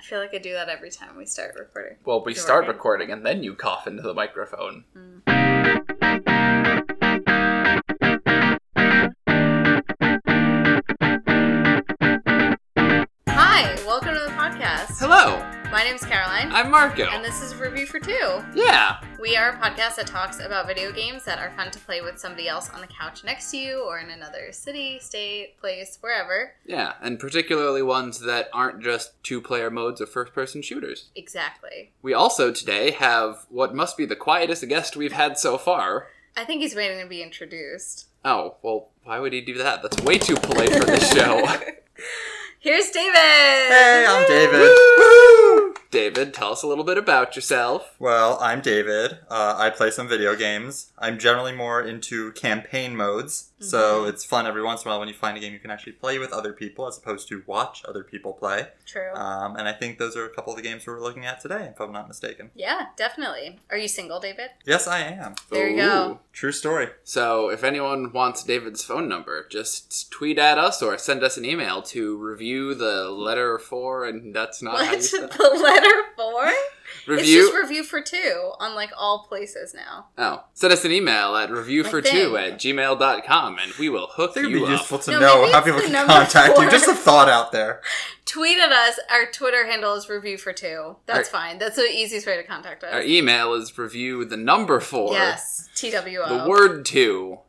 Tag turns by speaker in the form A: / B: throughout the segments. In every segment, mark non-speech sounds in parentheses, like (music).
A: feel like I do that every time we start recording.
B: Well, we
A: You're
B: start
A: right.
B: recording and then you cough into the microphone.
A: Hi, welcome to the podcast.
B: Hello,
A: My name is Caroline,
B: I'm Marco.
A: and this is Review for Two.
B: yeah,
A: We are a podcast that talks about video games that are fun to play with somebody else on the couch next to you or in another city, state, place, wherever.
B: yeah, and particularly ones that aren't just two player modes of first person shooters.
A: Exactly.
B: We also today have what must be the quietest guest we've had so far.
A: I think he's waiting to be introduced.
B: Oh, well, why would he do that? That's way too polite for this show.
A: (laughs) Here's David.
C: Hey, I'm David.
B: Woo! David, tell us a little bit about yourself.
C: Well, I'm David. Uh, I play some video games. I'm generally more into campaign modes, so
A: Mhm.
C: it's fun every once in a while when you find a game you can actually play with other people as opposed to watch other people play.
A: True.
C: Um, and I think those are a couple of the games we're looking at today, if I'm not mistaken.
A: yeah, definitely. Are you single, David?
C: Yes, I am.
A: There you go.
B: Ooh.
C: True story.
B: So, if anyone wants David's phone number, just tweet at us or send us an email to review the letter four, and that's not
A: (laughs)
B: how you
A: What?
B: spell-
A: the letter four? It's
B: review.
A: just review for two on like all places now.
B: oh, send us an email at review
A: My
B: for
A: thing.
B: two at gmail.com, and we will hook
C: I think it'd
B: you
C: be
B: up.
C: useful to
A: No,
C: know
A: maybe
C: how
A: it's
C: people
A: the
C: can
A: number
C: contact
A: four.
C: you. Just a thought out there.
A: Tweet at us. Our Twitter handle is review for two. That's fine. That's the easiest way to contact us.
B: Our email is review the number four,
A: yes, TWO.
B: the word two,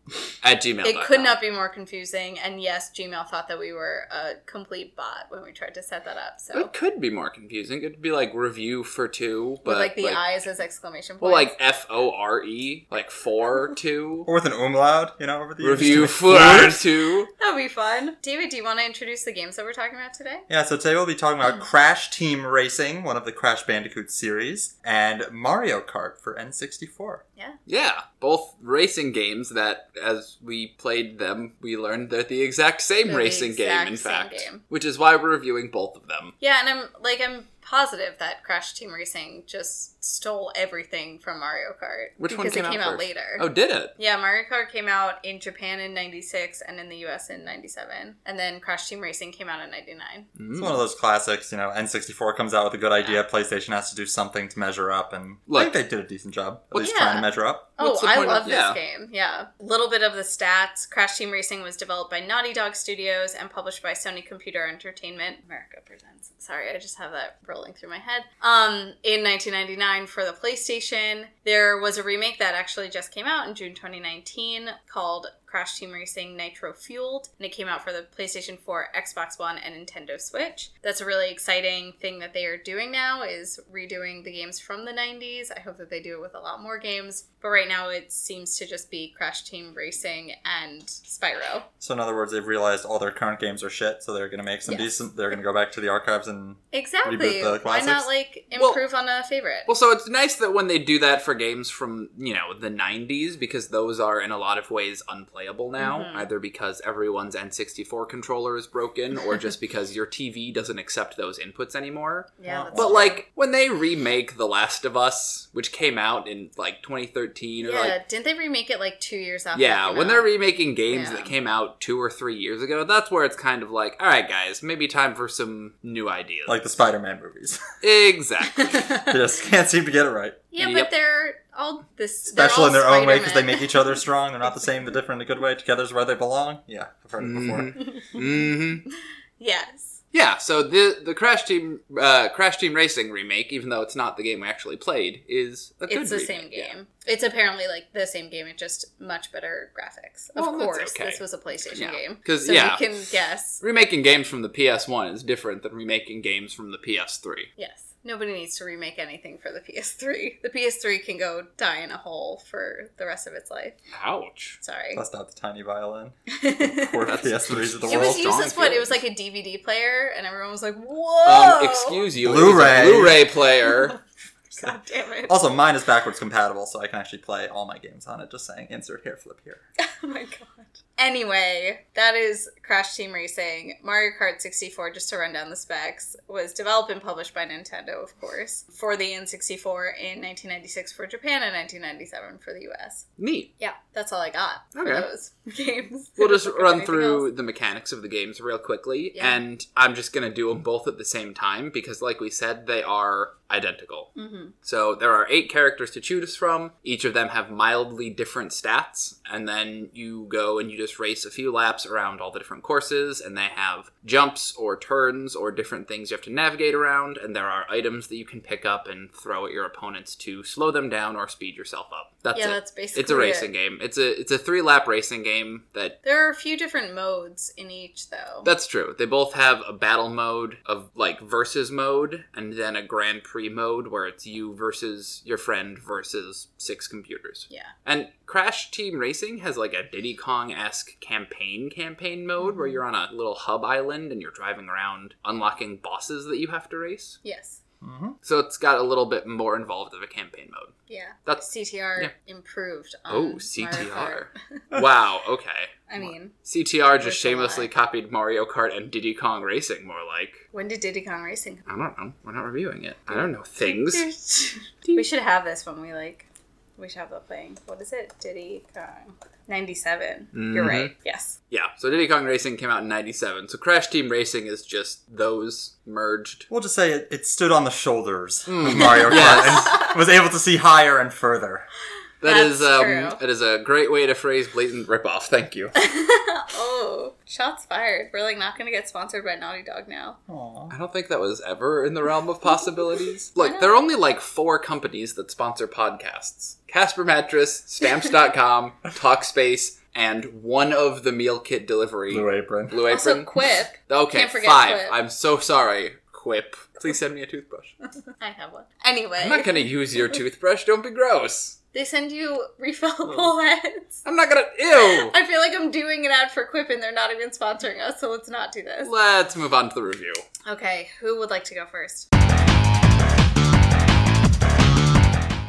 B: at gmail.
A: It could not be more confusing. And yes, Gmail thought that we were a complete bot when we tried to set that up. So
B: It could be more confusing. It could be like review for two, but
A: with like the eyes as exclamation points.
B: well, like F O R E, like for
C: (laughs)
B: two.
C: Or with an umlaut, you know, over the years. (laughs)
B: review
C: Just
B: for
C: doing-
B: two.
A: that'd be fun. David, do you want to introduce the games that we're talking about today?
C: Yeah, so today we'll be talking
A: Mm.
C: about Crash Team Racing, one of the Crash Bandicoot series, and Mario Kart for N64.
B: Yeah, both racing games that, as we played them, we learned they're the exact same
A: They're the
B: racing
A: exact
B: game, in
A: same
B: fact.
A: game.
B: Which is why we're reviewing both of them.
A: Yeah, and I'm like I'm positive that Crash Team Racing just stole everything from Mario Kart.
B: Which one
A: because
B: came
A: it
B: out
A: came out,
B: first?
A: later.
B: Oh, did it?
A: Yeah, Mario Kart came out in Japan in 96 and in the US in 97. And then Crash Team Racing came out in 99.
C: It's
B: Hmm.
C: one of those classics, you know, N64 comes out with a good idea, PlayStation has to do something to measure up, and I
B: Look.
C: think they did a decent job, at
B: Well,
C: least
A: yeah.
C: trying to measure up.
A: Oh,
B: What's the
A: I
B: point of-
A: love this
B: yeah.
A: game. Yeah. A little bit of the stats. Crash Team Racing was developed by Naughty Dog Studios and published by Sony Computer Entertainment. America Presents. Sorry, I just have that rolling through my head. Um, in 1999 for the PlayStation, there was a remake that actually just came out in June 2019 called Crash Team Racing Nitro Fueled, and it came out for the PlayStation 4, Xbox One, and Nintendo Switch. That's a really exciting thing that they are doing now is redoing the games from the 90s. I hope that they do it with a lot more games, but right now it seems to just be Crash Team Racing and Spyro.
C: So, in other words, they've realized all their current games are shit, so they're going to make some
A: Yes.
C: decent, they're going to go back to the archives and.
A: Exactly.
C: Reboot the
A: Why not
C: classics?
A: like
B: Well-
A: improve on a favorite?
B: Well, so it's nice that when they do that for games from, you know, the 90s, because those are in a lot of ways unplayable now,
A: Mhm.
B: either because everyone's N64 controller is broken or
A: (laughs)
B: just because your TV doesn't accept those inputs anymore.
A: yeah, that's
B: But
A: true.
B: like when they remake The Last of Us, which came out in like 2013 or
A: yeah,
B: like
A: didn't they remake it like two years after? it
B: yeah,
A: came
B: when
A: out?
B: they're remaking games
A: Yeah.
B: that came out two or three years ago, that's where it's kind of like, all right, guys, maybe time for some new ideas.
C: Like the Spider Man movies. (laughs)
A: (laughs)
B: exactly.
C: they
A: yeah,
C: just can't seem to get it right.
A: but
B: Yep.
A: they're all this they're
C: Special
A: all
C: in their own way because they
A: Spider-Man.
C: make each other strong.
A: (laughs)
C: They're not the same, they're different in a good way. Together's where they belong. Yeah, I've heard it before.
B: hmm
A: (laughs) yes.
B: Yeah, so the the Crash Team uh, Crash Team Racing remake, even though it's not the game we actually played, is a good
A: it's the
B: remake,
A: same
B: yeah.
A: game. It's apparently like the same game, it's just much better graphics. Of
B: Well, that's
A: course,
B: okay.
A: this was a PlayStation
B: Yeah.
A: game,
B: 'Cause,
A: so
B: yeah.
A: you can guess.
B: Remaking games from the PS1 is different than remaking games from the PS3.
A: Yes, nobody needs to remake anything for the PS3. The PS3 can go die in a hole for the rest of its life.
B: Ouch.
A: Sorry. (laughs)
C: Bust out the tiny violin.
A: it
C: Poor
B: That's-
C: PS3s of the
B: It
C: world.
A: was
B: strong
A: used as what? It was like
B: feelings.
A: a DVD player, and everyone was like, "Whoa!"
B: Um, excuse you,
C: Blu-ray.
B: Blu ray player.
A: (laughs) God damn it!
C: Also, mine is backwards compatible, so I can actually play all my games on it. Just saying, insert here, flip here.
A: (laughs) Oh my god. Anyway, that is Crash Team Racing. Mario Kart 64, just to run down the specs, was developed and published by Nintendo, of course, for the N64 in 1996 for Japan and 1997 for the US.
B: Neat.
A: Yeah, that's all I got for
B: Okay.
A: those (laughs) games.
B: We'll just
A: Look at
B: run
A: anything
B: through
A: else.
B: the mechanics of the games real quickly,
A: Yeah.
B: and I'm just going to do them both at the same time because, like we said, they are identical.
A: Mhm.
B: So there are eight characters to choose from. Each of them have mildly different stats, and then you go and you just race a few laps around all the different courses, and they have jumps or turns or different things you have to navigate around, and there are items that you can pick up and throw at your opponents to slow them down or speed yourself up. That's
A: yeah,
B: it.
A: that's basically
B: it's a
A: it.
B: racing game. It's a it's a three lap racing game that
A: There are a few different modes in each, though.
B: that's true. They both have a battle mode of like versus mode and then a Grand Prix mode where it's you versus your friend versus six computers.
A: yeah.
B: And Crash Team Racing has like a Diddy Kong esque campaign campaign mode
A: Mm-hmm.
B: where you're on a little hub island and you're driving around unlocking bosses that you have to race.
A: Yes.
C: hmm
B: So it's got a little bit more involved of a campaign mode.
A: Yeah.
B: That's-
A: CTR
B: yeah.
A: improved. On
B: Oh,
A: Mario
B: CTR.
A: Kart. (laughs)
B: wow, okay.
A: I mean,
B: CTR
A: That's
B: just
A: a
B: shamelessly
A: lot.
B: copied Mario Kart and Diddy Kong Racing, more like.
A: when did Diddy Kong Racing
B: I don't know. We're not reviewing it. I don't know things.
A: There's- (laughs) we should have this when we like. We should have that playing. What is it? Diddy Kong. 97. You're
B: Mhm.
A: right. Yes. (laughs)
B: Yeah, so Diddy Kong Racing came out in 97. So Crash Team Racing is just those merged.
C: We'll just say it, it stood on the shoulders of
B: Mm.
C: Mario Kart
B: Yes.
C: and (laughs) was able to see higher and further.
B: That's
A: That's true.
B: um, that is a great way to phrase blatant ripoff. Thank you.
A: oh, shots fired. We're like not going to get sponsored by Naughty Dog now.
C: Aw.
B: I don't think that was ever in the realm of possibilities. (laughs) Look,
A: know.
B: there are only like four companies that sponsor podcasts Casper Mattress, (laughs) Stamps.com, Talkspace, and one of the meal kit delivery.
C: Blue Apron.
B: Blue Apron.
A: Also, Quip. (laughs)
B: Okay,
A: Can't forget
B: five.
A: Quip.
B: I'm so sorry, Quip. Please send me a toothbrush.
A: I have one.
B: I'm
A: Anyway,
B: not gonna use your toothbrush. Don't be gross.
A: they send you refillable heads.
B: I'm not gonna. Ew.
A: (laughs) I feel like I'm doing an ad for Quip and they're not even sponsoring us, so let's not do this.
B: Let's move on to the review.
A: Okay, who would like to go first?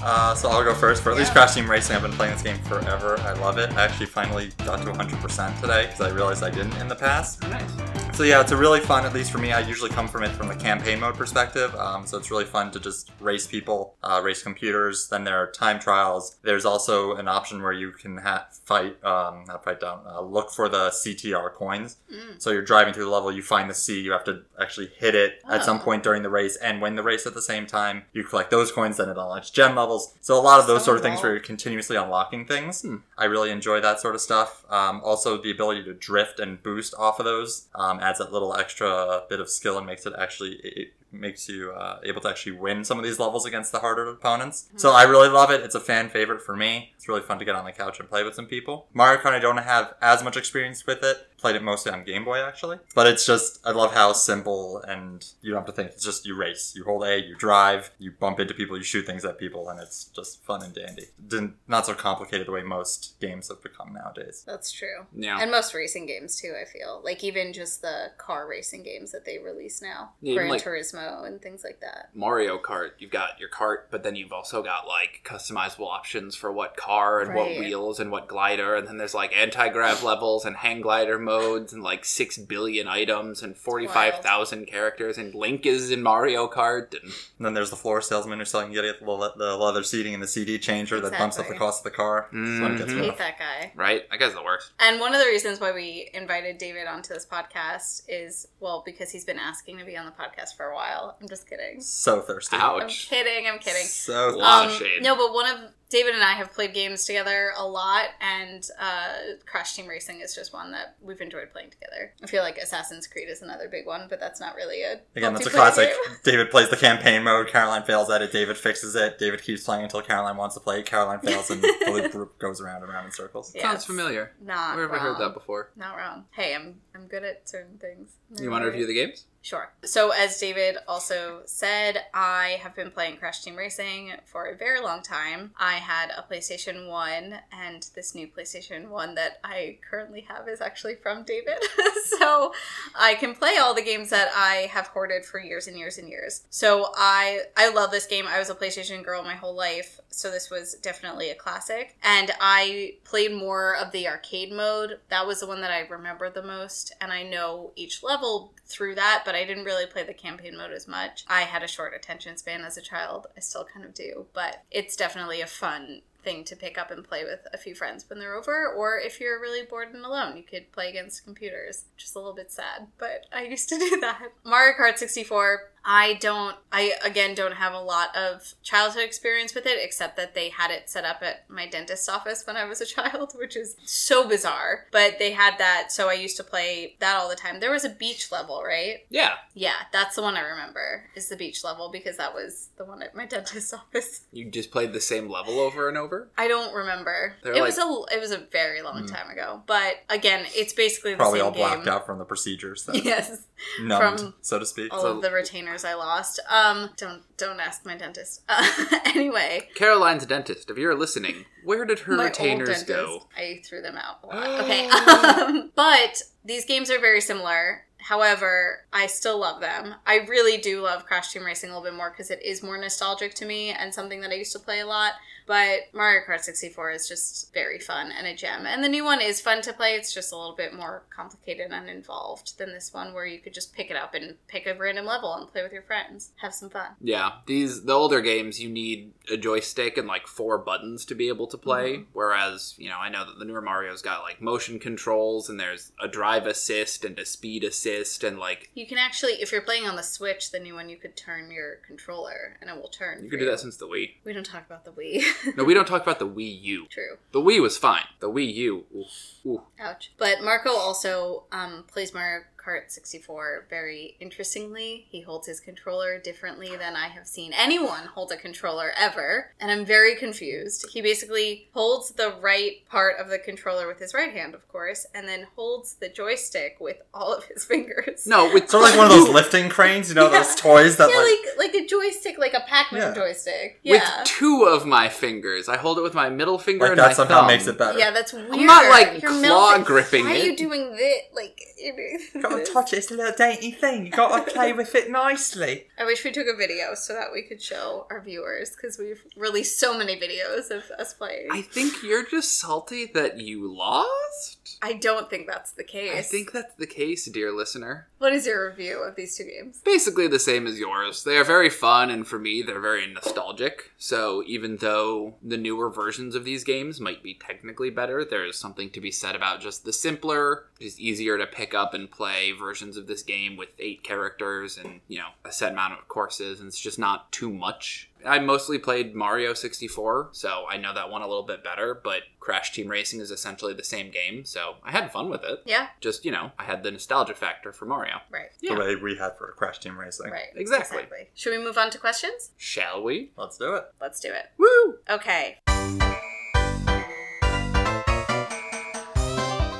C: Uh, so I'll go first. For at least
A: Yeah.
C: Crash Team Racing, I've been playing this game forever. I love it. I actually finally got to 100% today because I realized I didn't in the past.
B: Nice.
C: So yeah, it's a really fun, at least for me. I usually come from it from a campaign mode perspective. Um, so it's really fun to just race people, uh, race computers. Then there are time trials. There's also an option where you can ha- fight, um, not fight down, uh, look for the CTR coins.
A: Mm.
C: So you're driving through the level, you find the C, you have to actually hit it at some
A: Oh.
C: point during the race and win the race at the same time. You collect those coins, then it unlocks gem levels. So a lot of those
A: So
C: sort of things where
A: involved.
C: you're continuously unlocking things.
B: Hmm.
C: I really enjoy that sort of stuff. Um, also, the ability to drift and boost off of those um, adds that little extra bit of skill and makes it actually it it makes you uh, able to actually win some of these levels against the harder opponents.
A: Hmm.
C: So I really love it. It's a fan favorite for me. It's really fun to get on the couch and play with some people. Mario Kart, I don't have as much experience with it. Played it mostly on Game Boy actually, but it's just I love how simple and you don't have to think. It's just you race, you hold A, you drive, you bump into people, you shoot things at people, and it's just fun and dandy. Didn't, not so complicated the way most games have become nowadays.
A: That's true.
B: Yeah.
A: And most racing games too, I feel. Like even just the car racing games that they release now.
B: Yeah, even
A: Gran
B: like-
A: Turismo and things like that.
B: Mario Kart, you've got your cart, but then you've also got like customizable options for what car and
A: Right.
B: what wheels and what glider, and then there's like anti grav levels and hang glider modes and like six billion items and forty five thousand characters and Link is in Mario Kart and
C: And then there's the floor salesman who's selling you the, le- the leather seating and the CD changer that bumps up the
A: Exactly. Mm-hmm.
C: cost of the car. That's when it gets
B: Mhm.
A: Hate
C: rough.
A: that guy.
B: right. That guy's the worst.
A: And one of the reasons why we invited David onto this podcast is well, because he's been asking to be on the podcast for a while. I'm just kidding.
C: So thirsty.
A: I'm
B: Ouch.
A: kidding, I'm kidding. Um,
C: So thirsty.
B: Lot of shade.
A: No, but one of David and I have played games together a lot, and uh, Crash Team Racing is just one that we've enjoyed playing together. I feel like Assassin's Creed is another big one, but that's not really a
C: Again, that's a
A: multiplayer
C: classic.
A: game.
C: David plays the campaign mode. Caroline fails at it. David fixes it. David keeps playing until Caroline wants to play. Caroline fails, and the loop- loop goes around and around in circles.
A: Yeah.
B: Sounds
A: Yes.
B: familiar.
A: Not
B: Where have I heard
A: wrong.
B: that before?
A: Not wrong. Hey, I'm I'm good at certain things.
B: You want to review the games?
A: Sure. So, as David also said, I have been playing Crash Team Racing for a very long time. I had a PlayStation 1, and this new PlayStation 1 that I currently have is actually from David. (laughs) so, I can play all the games that I have hoarded for years and years and years. So, I I love this game. I was a PlayStation girl my whole life, so this was definitely a classic. And I played more of the arcade mode. That was the one that I remember the most, and I know each level through that, but I didn't really play the campaign mode as much. I had a short attention span as a child. I still kind of do, but it's definitely a fun thing to pick up and play with a few friends when they're over or if you're really bored and alone you could play against computers just a little bit sad but i used to (laughs) do that mario kart 64 I don't, I again don't have a lot of childhood experience with it, except that they had it set up at my dentist's office when I was a (laughs) child, which is so bizarre. But they had that, so I used to play that all the time. There was a beach level, right?
B: Yeah,
A: Yeah, that's the one I remember is the beach level because that was the one at my (laughs) dentist's office.
B: you just played the same level over and over.
A: I don't remember.
B: They're
A: it was a it was a very long
C: Hmm.
A: time ago, but again, it's basically the
C: Probably
A: same
C: all blacked
A: game.
C: out from the procedures,
A: (laughs)
C: that
A: Yes.
C: numbed,
A: From-
C: so to speak.
A: all of the retainers I lost. Um, don't don't ask my dentist. (laughs) Uh, anyway,
B: Caroline's dentist, if you're listening, where did her
A: my old
B: retainers
A: dentist,
B: go? Oh.
A: I threw them out. A lot. okay, um, (laughs) but these games are very similar. However, I still love them. I really do love Crash Team Racing a little bit more because it is more nostalgic to me and something that I used to play a lot. But Mario Kart 64 is just very fun and a gem. And the new one is fun to play. It's just a little bit more complicated and involved than this one where you could just pick it up and pick a random level and play with your friends. Have some fun.
B: Yeah, these the older games you need a joystick and like four buttons to be able to play.
A: Mm-hmm.
B: Whereas you know I know that the newer Mario's got like motion controls and there's a drive assist and a speed assist and like
A: You can actually, if you're playing on the Switch, the new one, you could turn your controller and it will turn.
B: you
A: for
B: could do that since the Wii.
A: We don't talk about the Wii. (laughs)
B: No, we don't talk about the Wii U.
A: True.
B: The Wii was fine. The Wii U, ooh, ooh.
A: Ouch. But Marco also um, plays Mario Kart 64 very interestingly. He holds his controller differently than I have seen anyone hold a controller ever. And I'm very confused. He basically holds the right part of the controller with his right hand, of course, and then holds the joystick with all of his (laughs) fingers.
B: No, with
C: sort of like one
A: (laughs)
C: of those lifting cranes, you know,
A: Yeah.
C: those toys that
A: yeah,
C: like
A: like, like a joystick, like a Pac-Man
C: Yeah.
A: joystick.
B: with
A: Yeah.
B: two of my fingers. I hold it with my middle finger
C: Like
B: and
C: that
B: my
C: somehow
B: thumb.
C: makes it better.
A: yeah, that's weird.
B: I'm not, like,
A: Your middle
B: claw
A: finger-
B: gripping
A: Why
B: it.
A: are you doing this? Like, (laughs)
C: it, it's a little dainty thing. You gotta play with it nicely.
A: I wish we took a video so that we could show our viewers because we've released so many videos of us playing.
B: I
A: I,
B: think you're just salty that you lost.
A: don't think that's the case.
B: I think that's the case, dear listener.
A: What is your review of these two games?
B: Basically the same as yours. They are very fun, and for me, they're very nostalgic. So even though the newer versions of these games might be technically better, there is something to be said about just the simpler, just easier to pick up and play versions of this game with eight characters and you know a set amount of courses, and it's just not too much. I mostly played Mario 64, so I know that one a little bit better, but Crash Team Racing is essentially the same game, so I had fun with it.
A: Yeah,
B: Just, you know, I had the nostalgia factor for Mario.
A: right,
B: Yeah.
C: The way we had for Crash Team Racing.
A: right,
B: Exactly.
A: Should we move on to questions?
B: Shall we?
C: Let's do it.
A: Let's do it.
B: Woo!
A: Okay.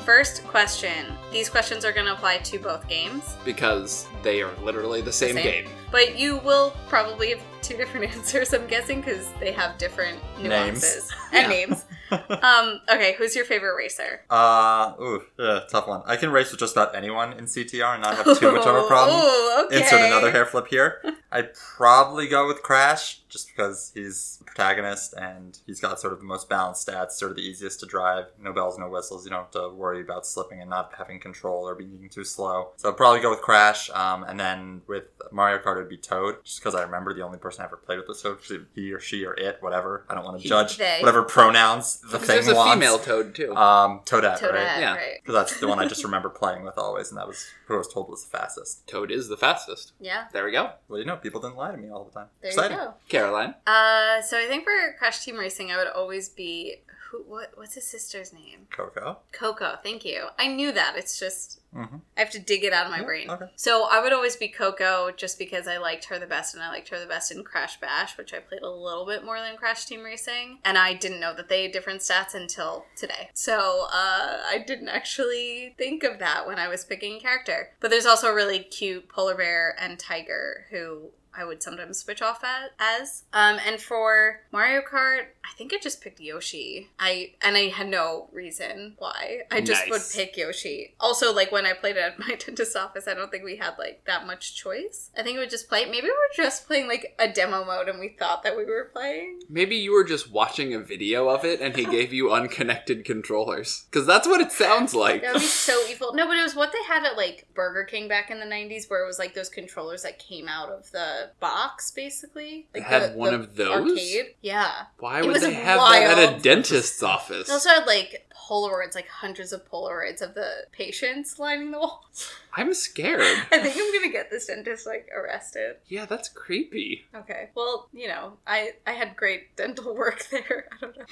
A: First question. These questions are going to apply to both games,
B: Because they are literally the same,
A: same.
B: game.
A: but you will probably have two different (laughs) answers. I'm guessing because they have different
C: Names. (laughs)
A: nuances and
B: Yeah.
A: names. um, okay, who's your favorite racer?
C: Uh, ooh, yeah, tough one. I can race with just about anyone in CTR and not have too much
A: (laughs)
C: of a problem.
A: Ooh, okay.
C: (laughs) Insert another hair flip here. I'd probably go with Crash just because he's the protagonist and he's got sort of the most balanced stats, sort of the easiest to drive. No bells, no whistles. You don't have to worry about slipping and not having control or being too slow. So I'd probably go with Crash. Um, and then with Mario Kart, it would be Toad just because I remember the only person I ever played with was Toad. He or she or it, whatever. I don't want to
B: He,
C: judge
A: they.
C: whatever pronouns the
B: Because
C: thing
B: there's a
C: wants.
B: female toad, too.
A: Uh.
C: Um, Toadette,
A: Toadette,
C: right?
B: Yeah.
A: right?
C: Because that's the one I
A: (laughs)
C: just remember playing with always, and that was who I was told was the fastest.
B: toad is the fastest.
A: Yeah,
B: There we go.
C: Well, you know, people didn't lie to me all the time.
A: there
C: Exciting.
A: you go.
B: Caroline.
A: Uh, so I think for Crash Team Racing, I would always be who what what's his sister's name?
C: Coco.
A: Coco. Thank you. I knew that. It's just
C: Mhm.
A: I have to dig it out of my
C: Yeah,
A: brain.
C: okay.
A: So I would always be Coco just because I liked her the best, and I liked her the best in Crash Bash, which I played a little bit more than Crash Team Racing, and I didn't know that they had different stats until today. So uh, I didn't actually think of that when I was picking a character. But there's also a really cute polar bear and tiger who. I would sometimes switch off at, as. Um, and for Mario Kart, I think I just picked Yoshi. I and I had no reason why. I just would
B: Nice.
A: pick pick Yoshi. Also, like when I played it at (laughs) my dentist's office, I don't think we had like that much choice. I think we would just play. Maybe we were just playing like a demo mode, and we thought that we were playing.
B: Maybe you were just watching a video of
A: (laughs)
B: it and he gave you unconnected controllers. Because that's what it sounds like.
A: That
B: (laughs)
A: would be so evil. No, but it was what they had at like Burger King back in the '90s, where it was like those controllers that came out of the box, basically.
B: They
A: Like
B: had one of those?
A: arcade. Yeah.
B: Why
A: It
B: would
A: was
B: they have that at a
A: wild.
B: dentist's office?
A: They also had like Polaroids, like hundreds of Polaroids of the patients lining the walls. (laughs)
B: I'm scared.
A: I think I'm gonna get this dentist like arrested.
B: Yeah, that's creepy.
A: Okay. Well, you know, I I had great (laughs) dental work there. I don't know.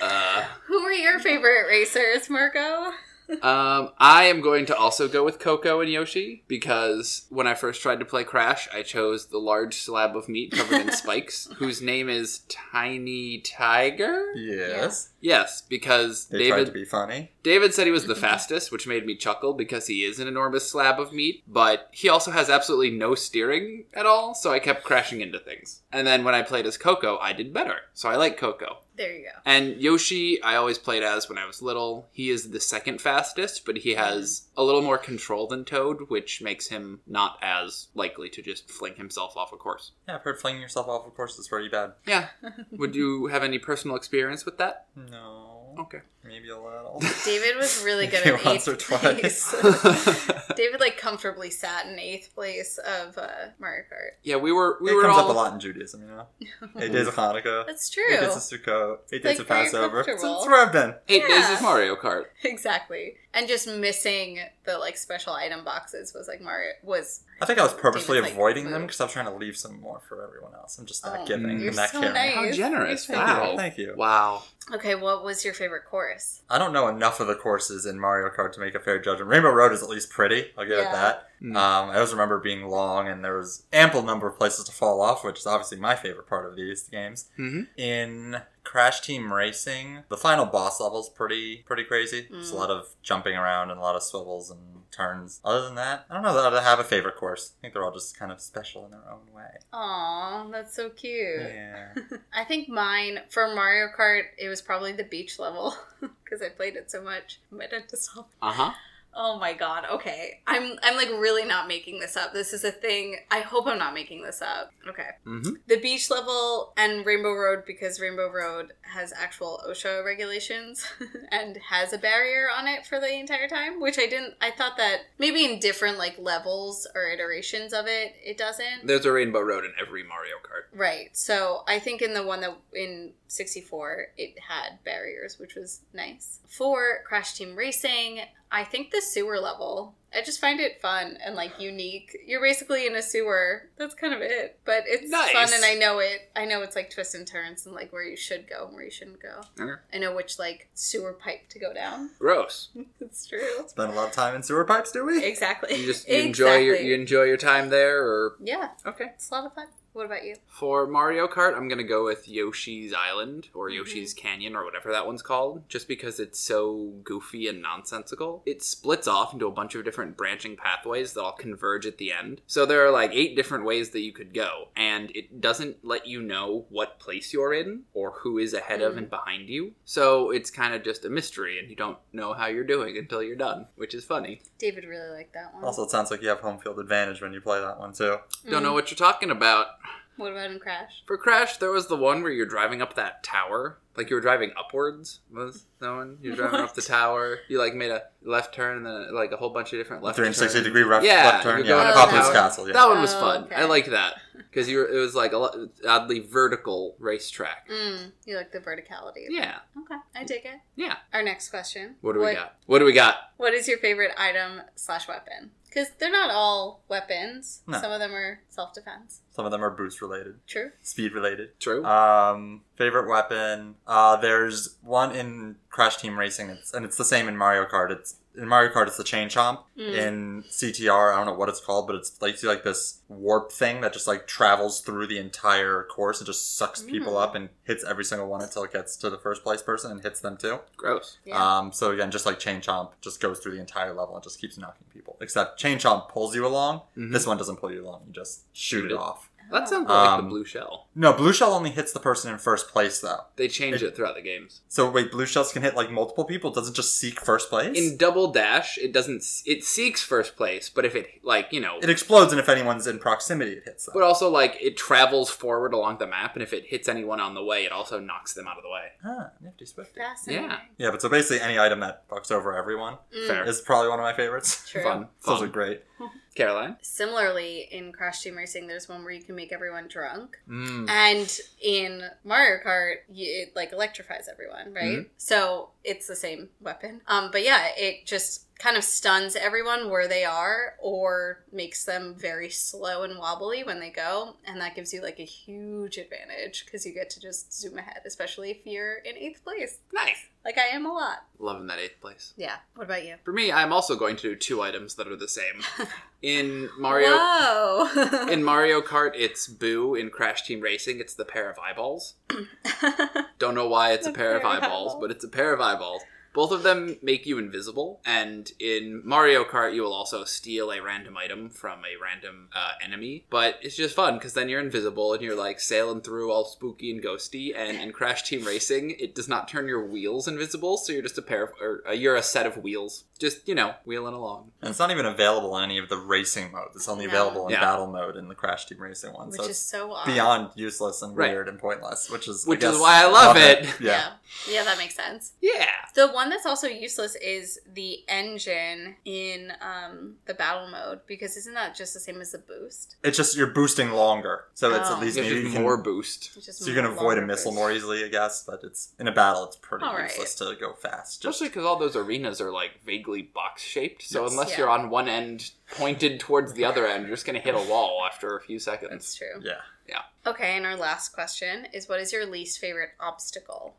B: Uh,
A: Who were your favorite racers, Marco?
B: um, I am going to also go with Coco and Yoshi because when I first tried to play Crash, I chose the large slab of meat covered in
C: (laughs)
B: spikes, whose name is Tiny Tiger.
C: Yes.
B: Yes, because
C: They tried to
B: David
C: be funny.
B: David said he was the
A: Mhm.
B: fastest, which made me chuckle because he is an enormous slab of meat, but he also has absolutely no steering at all, so I kept crashing into things. And then when I played as Coco, I did better. So I like Coco.
A: There you go.
B: And Yoshi, I always played as when I was little. He is the second fastest, but
C: Mm-hmm.
B: he has a little more control than Toad, which makes him not as likely to just fling himself off a
C: (laughs)
B: course.
C: Yeah, I've heard flinging yourself off of course is pretty bad.
B: Yeah. Would you have any personal experience with that?
C: No. (laughs)
B: Okay.
C: Maybe a little.
A: David was really good
C: Okay,
A: at
C: once
A: eighth
C: or twice.
A: place.
B: (laughs)
A: David like comfortably sat in eighth place of uh, Mario Kart.
B: yeah, we were we
C: it
B: were
C: comes
B: all
C: up a lot in Judaism,
A: (laughs)
C: you know. Eight days of Hanukkah.
A: That's true.
C: Eight days of Sukkot. Eight
A: Like,
C: days of
A: very
C: Passover. It's,
A: comfortable.
C: it's where I've been.
B: eight days
A: Yeah.
B: of Mario Kart.
A: (laughs) Exactly. And just missing the like special item boxes was like Mario was.
C: I think I was purposely
A: David's, like,
C: avoiding them
A: food.
C: because I was trying to leave some more for everyone else. I'm just not
A: Oh,
C: giving.
B: you're
C: I'm not
A: so
C: caring.
A: nice.
B: How generous!
A: Thank
C: Thank you,
B: wow,
C: Thank you.
B: wow.
A: Okay, what was your favorite course?
C: I don't know enough of the courses in Mario Kart to make a fair judgment. Rainbow Road is at least pretty. I'll give
A: Yeah.
C: it that.
B: Mm.
C: Um, I always remember being long, and there was ample number of places to fall off, which is obviously my favorite part of these games.
B: Mhm.
C: In Crash Team Racing, the final boss level's pretty pretty crazy. There's a
A: Mm.
C: lot of jumping around and a lot of swivels and turns. Other than that, I don't know that I have a favorite course. I think they're all just kind of special in their own way.
A: Aw, that's so cute.
C: Yeah.
A: I think mine for Mario Kart, it was probably the beach level (laughs) because I played it so much. My dentist office.
B: Uh huh.
A: Oh my god. Okay. I'm I'm like really not making this up. This is a thing. I hope I'm not making this up. Okay.
B: Mm-hmm.
A: The beach level and Rainbow Road because Rainbow Road has actual OSHA regulations (laughs) and has a barrier on it for the entire time, which I didn't I thought that maybe in different like levels or iterations of it it doesn't.
B: There's a rainbow road in every Mario Kart.
A: Right. So I think in the one that in 64, it had barriers, which was nice. For Crash Team Racing, I think the sewer level, I just find it fun and like unique. You're basically in a sewer. That's kind of it. But it's
B: Nice.
A: fun and I know it. I know it's like twists and turns and like where you should go and where you shouldn't go.
B: Okay.
A: I know which like sewer pipe to go down. (laughs)
B: Gross.
A: it's true.
C: Spend a lot of time in sewer pipes, do we?
A: Exactly. (laughs)
B: You just you enjoy your you enjoy your time there, or
A: Yeah,
B: okay.
A: it's a lot of fun. What about you?
B: For Mario Kart, I'm gonna go with Yoshi's Island or
A: Mm-hmm.
B: Yoshi's Canyon or whatever that one's called, just because it's so goofy and nonsensical. It splits off into a bunch of different branching pathways that all converge at the end. So there are like eight different ways that you could go, and it doesn't let you know what place you're in or who is ahead of
A: Mm.
B: and behind you. So it's kind of just a mystery, and you don't know how you're doing until you're done, which is funny.
A: David really liked that one.
C: Also, it sounds like you have home field advantage when you play that one too.
B: Don't know
A: Mm.
B: what you're talking about.
A: What about in Crash?
B: For Crash, there was the one where you're driving up that tower. Like you were driving upwards. Was that one? You're driving up
A: What?
B: the tower. You like made a left turn and then like a whole bunch of different left turns.
C: 360 degree rough,
B: Yeah,
C: left
B: you
C: turn.
B: go
C: Yeah,
A: up
C: Poppins
A: the tower.
C: Castle. Yeah.
B: That one was
A: Oh,
B: fun.
A: okay.
B: I liked that because you were. It was like a lo- oddly vertical racetrack.
A: Mm, you like the verticality. of it.
B: Yeah,
A: Okay, I dig it.
B: yeah.
A: Our next question.
B: What do we got? What do we got?
A: What is your favorite item slash weapon? Because they're not all weapons.
C: No.
A: Some of them are self defense.
C: Some of them are boost related,
A: True.
C: speed related.
B: True.
C: Um, favorite weapon. Uh, there's one in Crash Team Racing, it's, and it's the same in Mario Kart. It's in Mario Kart, it's the chain chomp.
A: Mm.
C: In CTR, I don't know what it's called, but it's like you see, like this warp thing that just like travels through the entire course and just sucks people
A: Mm.
C: up and hits every single one until it gets to the first place person and hits them too.
B: Gross.
A: Yeah.
C: Um, so again, just like Chain Chomp, just goes through the entire level and just keeps knocking people. Except Chain Chomp pulls you along.
B: Mhm.
C: This one doesn't pull you along. You just Mm-hmm. shoot,
B: Shoot
C: it
B: it.
C: off.
B: That sounds like the
C: Um,
B: blue shell.
C: No, Blue Shell only hits the person in first place though.
B: They change
C: it-
B: it, throughout the games.
C: So wait, Blue Shells can hit like multiple people. It Doesn't just seek first place.
B: In double dash, it doesn't. s- It seeks first place, but if it like you know,
C: it explodes, and if anyone's in proximity, it hits them.
B: but also like it travels forward along the map, and if it hits anyone on the way, it also knocks them out of the way.
C: ah, nifty swift.
A: Fascinating.
B: yeah.
C: Yeah, but so basically, any item that fucks over everyone
A: Mm,
B: Fair.
C: is probably one of my
A: (laughs)
C: favorites.
A: True.
B: Fun.
C: Those
B: Fun.
C: are great.
B: Caroline.
A: Similarly, in Crash Team Racing, there's one where you can make everyone drunk.
C: Mm.
A: And in Mario Kart, you, it like electrifies everyone, right?
C: Mm-hmm.
A: So it's the same weapon. Um, but yeah, it just kind of stuns everyone where they are or makes them very slow and wobbly when they go. And that gives you like a huge advantage because you get to just zoom ahead, especially if you're in eighth place,
B: Nice.
A: like I am a lot.
B: Loving that eighth place.
A: Yeah. What about you?
B: For me, I'm also going to do two items that are the same. In Mario
A: Whoa.
B: in Mario Kart, it's Boo. In Crash Team Racing, it's the pair of eyeballs. Don't know why it's a
A: The
B: pair of
A: pair of
B: eyeballs,
A: eyeballs.
B: but it's a pair of eyeballs. Both of them make you invisible, and in Mario Kart, you will also steal a random item from a random uh, enemy. But it's just fun because then you're invisible and you're like sailing through all spooky and ghosty. And in Crash Team Racing, it does not turn your wheels invisible, so you're just a pair of, or uh, you're a set of wheels, just you know, wheeling along.
C: And it's not even available in any of the racing modes. It's only
A: No.
C: available in
B: Yeah.
C: battle mode in the Crash Team Racing
A: (laughs)
C: one.
A: Which
C: so
A: is
C: it's
A: so odd.
C: beyond useless and
B: Right.
C: weird and pointless, which is I
B: Which is
C: guess,
B: why I love it.
C: Yeah.
A: yeah. Yeah, that makes sense.
B: Yeah.
A: The one that's also useless is the engine in um, the battle mode because isn't that just the same as the boost?
C: it's just you're boosting longer, so it's
A: Oh.
C: at least
B: Gives
C: maybe
B: you
C: you can,
B: more boost.
A: It's just
C: so you can avoid
A: longer
C: a missile
A: boost.
C: more easily, I guess. But it's in a battle, it's pretty
A: All right.
C: useless to go fast. Just
B: Especially because all those arenas are like vaguely box shaped, so
C: Yes.
B: unless
A: Yeah.
B: you're on one end pointed towards the other end, you're just gonna hit a wall after a few seconds.
A: That's true.
C: yeah,
A: Okay, and our last question is: What is your least favorite obstacle?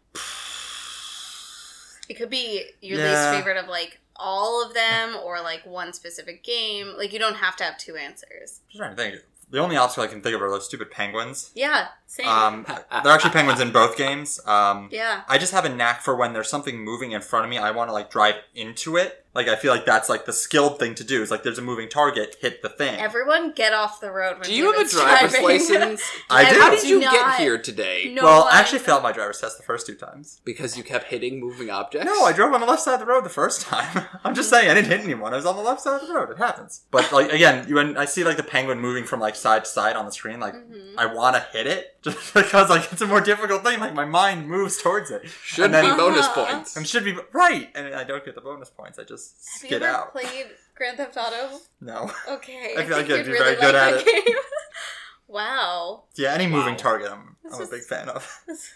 A: It could be your
C: Yeah.
A: least favorite of like all of them, or like one specific game. Like you don't have to have two answers.
C: I'm just trying to think. The only obstacle I can think of are those stupid penguins.
A: Yeah, same. (laughs)
C: Um,
B: Ah.
C: they're actually penguins in both games. Um,
A: yeah,
C: I just have a knack for when there's something moving in front of me, I want to like drive into it. Like I feel like that's like the skilled thing to do. Is like there's a moving target, hit the thing.
A: everyone get off the road. When
B: Do you have a
A: David's
B: driver's
A: driving. (laughs)
B: license?
C: I
A: I
C: do.
B: How did
A: do
B: you
A: not-
B: get here today?
A: No
C: well,
A: one-
C: I actually failed my driver's test the first two times.
B: Because you kept hitting moving objects.
C: No, I drove on the left side of the road the first time. (laughs) I'm just saying I didn't hit anyone. I was on the left side of the road. It happens. But like again, you- when I see like the penguin moving from like side to side on the screen, like
A: Mhm.
C: I want to hit it (laughs) just because like it's a more difficult thing. Like my mind moves towards it.
B: should
C: And then-
B: be
A: (laughs)
B: bonus
A: Uh-huh.
B: points.
C: And should be right, and I don't get the bonus points. I just
A: Have you
C: skid
A: ever
C: out.
A: played Grand Theft Auto?
C: no. (laughs)
A: Okay.
C: I feel like
A: think
C: I'd
A: you'd
C: be very good
A: like
C: at
A: that game. (laughs) wow.
C: Yeah, any moving
B: Wow.
C: target, I'm,
A: This
C: I'm a
A: is-
C: big fan of.
A: That's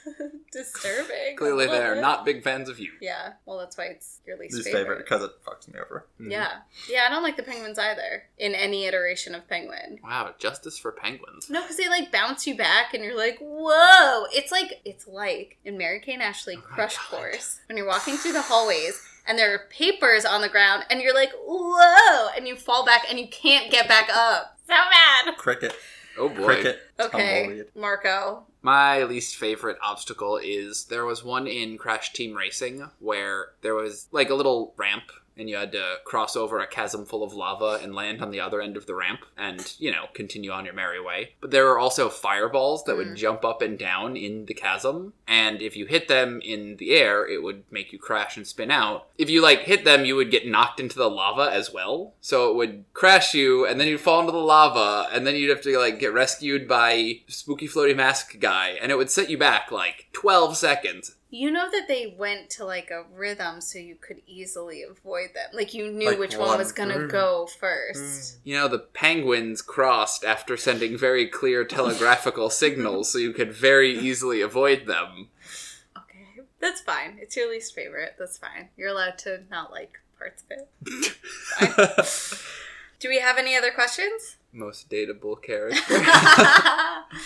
A: (laughs) disturbing. a
B: Clearly,
A: little
B: they are
A: bit.
B: not big fans of you.
A: Yeah. Well, that's why it's your least,
C: Least favorite mm-hmm.
A: favorite.
C: because it fucks me over.
B: Mhm.
A: Yeah. Yeah, I don't like the penguins either in any iteration of penguin.
B: Wow, justice for penguins.
A: No, because they like bounce you back and you're like, whoa. It's like, it's like in Mary Kay and Ashley
B: Oh my
A: Crush
B: God.
A: Course when you're walking through the hallways and there are papers on the ground and you're like, whoa. And you fall back and you can't get back up. So bad.
C: Cricket,
B: Oh boy.
C: cricket.
A: Okay.
C: Tumbleweed.
A: Marco.
B: My least favorite obstacle is there was one in Crash Team Racing where there was like a little ramp and you had to cross over a chasm full of lava and land on the other end of the ramp and, you know, continue on your merry way. But there were also fireballs that
A: Mm.
B: would jump up and down in the chasm, and if you hit them in the air, it would make you crash and spin out. If you like hit them, you would get knocked into the lava as well. So it would crash you and then you'd fall into the lava and then you'd have to like get rescued by spooky floaty mask guy and it would set you back like 12 seconds.
A: You know that they went to like a rhythm so you could easily avoid them. Like you knew
C: Like
A: which one,
C: one.
A: was gonna
C: Mm.
A: go first.
B: You know, the penguins crossed after sending very clear telegraphical signals so you could very easily avoid them. Mm.
A: Okay. That's fine. It's your least favorite. That's fine. You're allowed to (laughs)
B: (laughs)
A: not like parts of it. Do we have any other questions?
B: most dateable character. (laughs)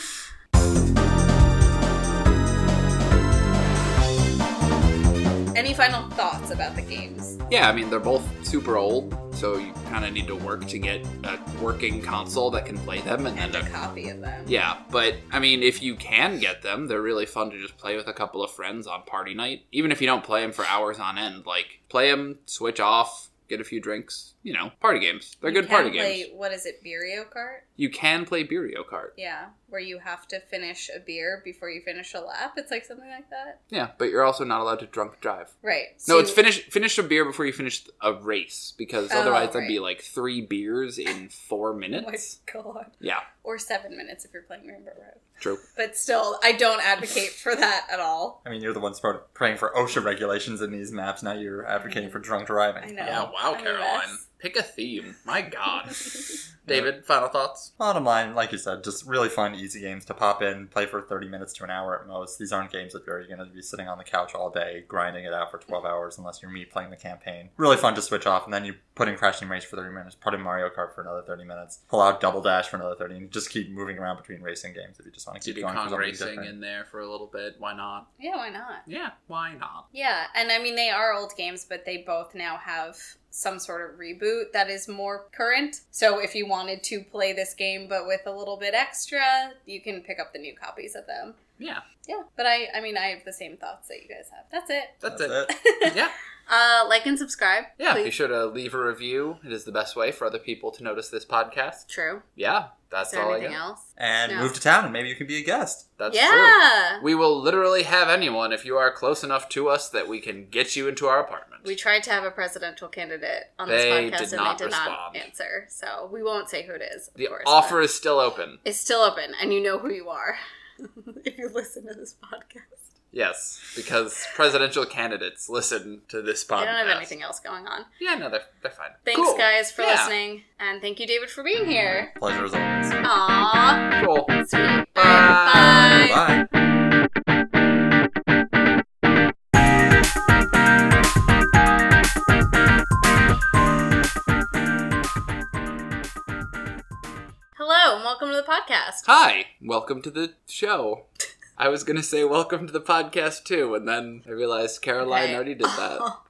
A: Any final thoughts about the games?
B: yeah, I mean they're both super old, so you kind of need to work to get a working console that can play them, and
A: And
B: then
A: a
B: a
A: copy of them.
B: yeah, but I mean, if you can get them, they're really fun to just play with a couple of friends on party night. Even if you don't play them for hours on end, like play them, switch off, get a few drinks. You know, party games. They're
A: You
B: good
A: can
B: party
A: play,
B: games.
A: What is it, Birrio Kart?
B: You can play Burio Kart.
A: Yeah, where you have to finish a beer before you finish a lap. It's like something like that,
B: Yeah, but you're also not allowed to drunk drive.
A: right?
B: no,
A: so-
B: it's finish finish a beer before you finish a race because
A: Oh,
B: otherwise there'd be
A: right.
B: like three beers in four
A: Oh my (laughs)
B: minutes.
A: god!
B: Yeah,
A: Or seven minutes if you're playing Rainbow Road.
B: true.
A: But still, I don't advocate for that at all.
C: I mean, you're the ones pro- praying for OSHA regulations in these maps. Now you're advocating for drunk driving.
A: Mm. I know.
B: Yeah, wow,
A: I'm a
B: Caroline.
A: mess.
B: Pick a theme.
A: (laughs)
B: My God. David, final thoughts?
C: Bottom line, like you said, just really fun, easy games to pop in, play for 30 minutes to an hour at most. These aren't games that you're going to be sitting on the couch all day, grinding it out for 12 hours unless you're me playing the campaign. Really fun to switch off, and then you put in Crash Team Race for 30 minutes, put in Mario Kart for another 30 minutes, pull out Double Dash for another 30, and just keep moving around between racing games if you just want to
B: Did
C: keep
B: you
C: going for
B: Kong
C: something
B: racing
C: different.
B: in there for a little bit? Why not?
A: Yeah, why not?
B: Yeah, why not?
A: Yeah, and I mean they are old games, but they both now have some sort of reboot that is more current. So if you wanted to play this game but with a little bit extra, you can pick up the new copies of them.
B: Yeah,
A: Yeah, but I I mean I have the same thoughts that you guys have. That's it. (laughs)
B: that's, it.
C: That's it.
B: yeah,
A: Uh like and subscribe.
B: yeah. Be
A: please.
B: sure to leave a review. It is the best way for other people to notice this podcast.
A: True.
B: Yeah, that's
A: Is there
B: all I got.
A: anything else?
C: And
A: No.
C: move to town, and maybe you can be a guest.
B: That's true.
A: yeah.
B: We will literally have anyone if you are close enough to us that we can get you into our apartment.
A: We tried to have a presidential candidate on
B: They
A: this
B: did
A: podcast and
B: not
A: they did
B: respond.
A: not answer. So we won't say who it is. Of
B: the
A: course, but
B: offer is still open.
A: is still open, and you know who you are (laughs) if you listen to this podcast.
B: Yes, because presidential candidates listen to this podcast.
A: I don't have anything else going on.
B: Yeah, no, they're, they're fine.
A: Thanks,
B: Cool.
A: guys, for
B: Yeah. Mm-hmm.
A: listening, and thank you, David, for being here.
C: Pleasure as always.
A: Aww,
B: Cool.
A: sweet. Bye.
B: Bye.
C: Bye.
A: Hello, and welcome to the podcast.
B: Hi, welcome to the
A: (laughs)
B: show. I was going to say welcome to the podcast too, and then I realized Caroline
A: Okay. (laughs)
B: already did that.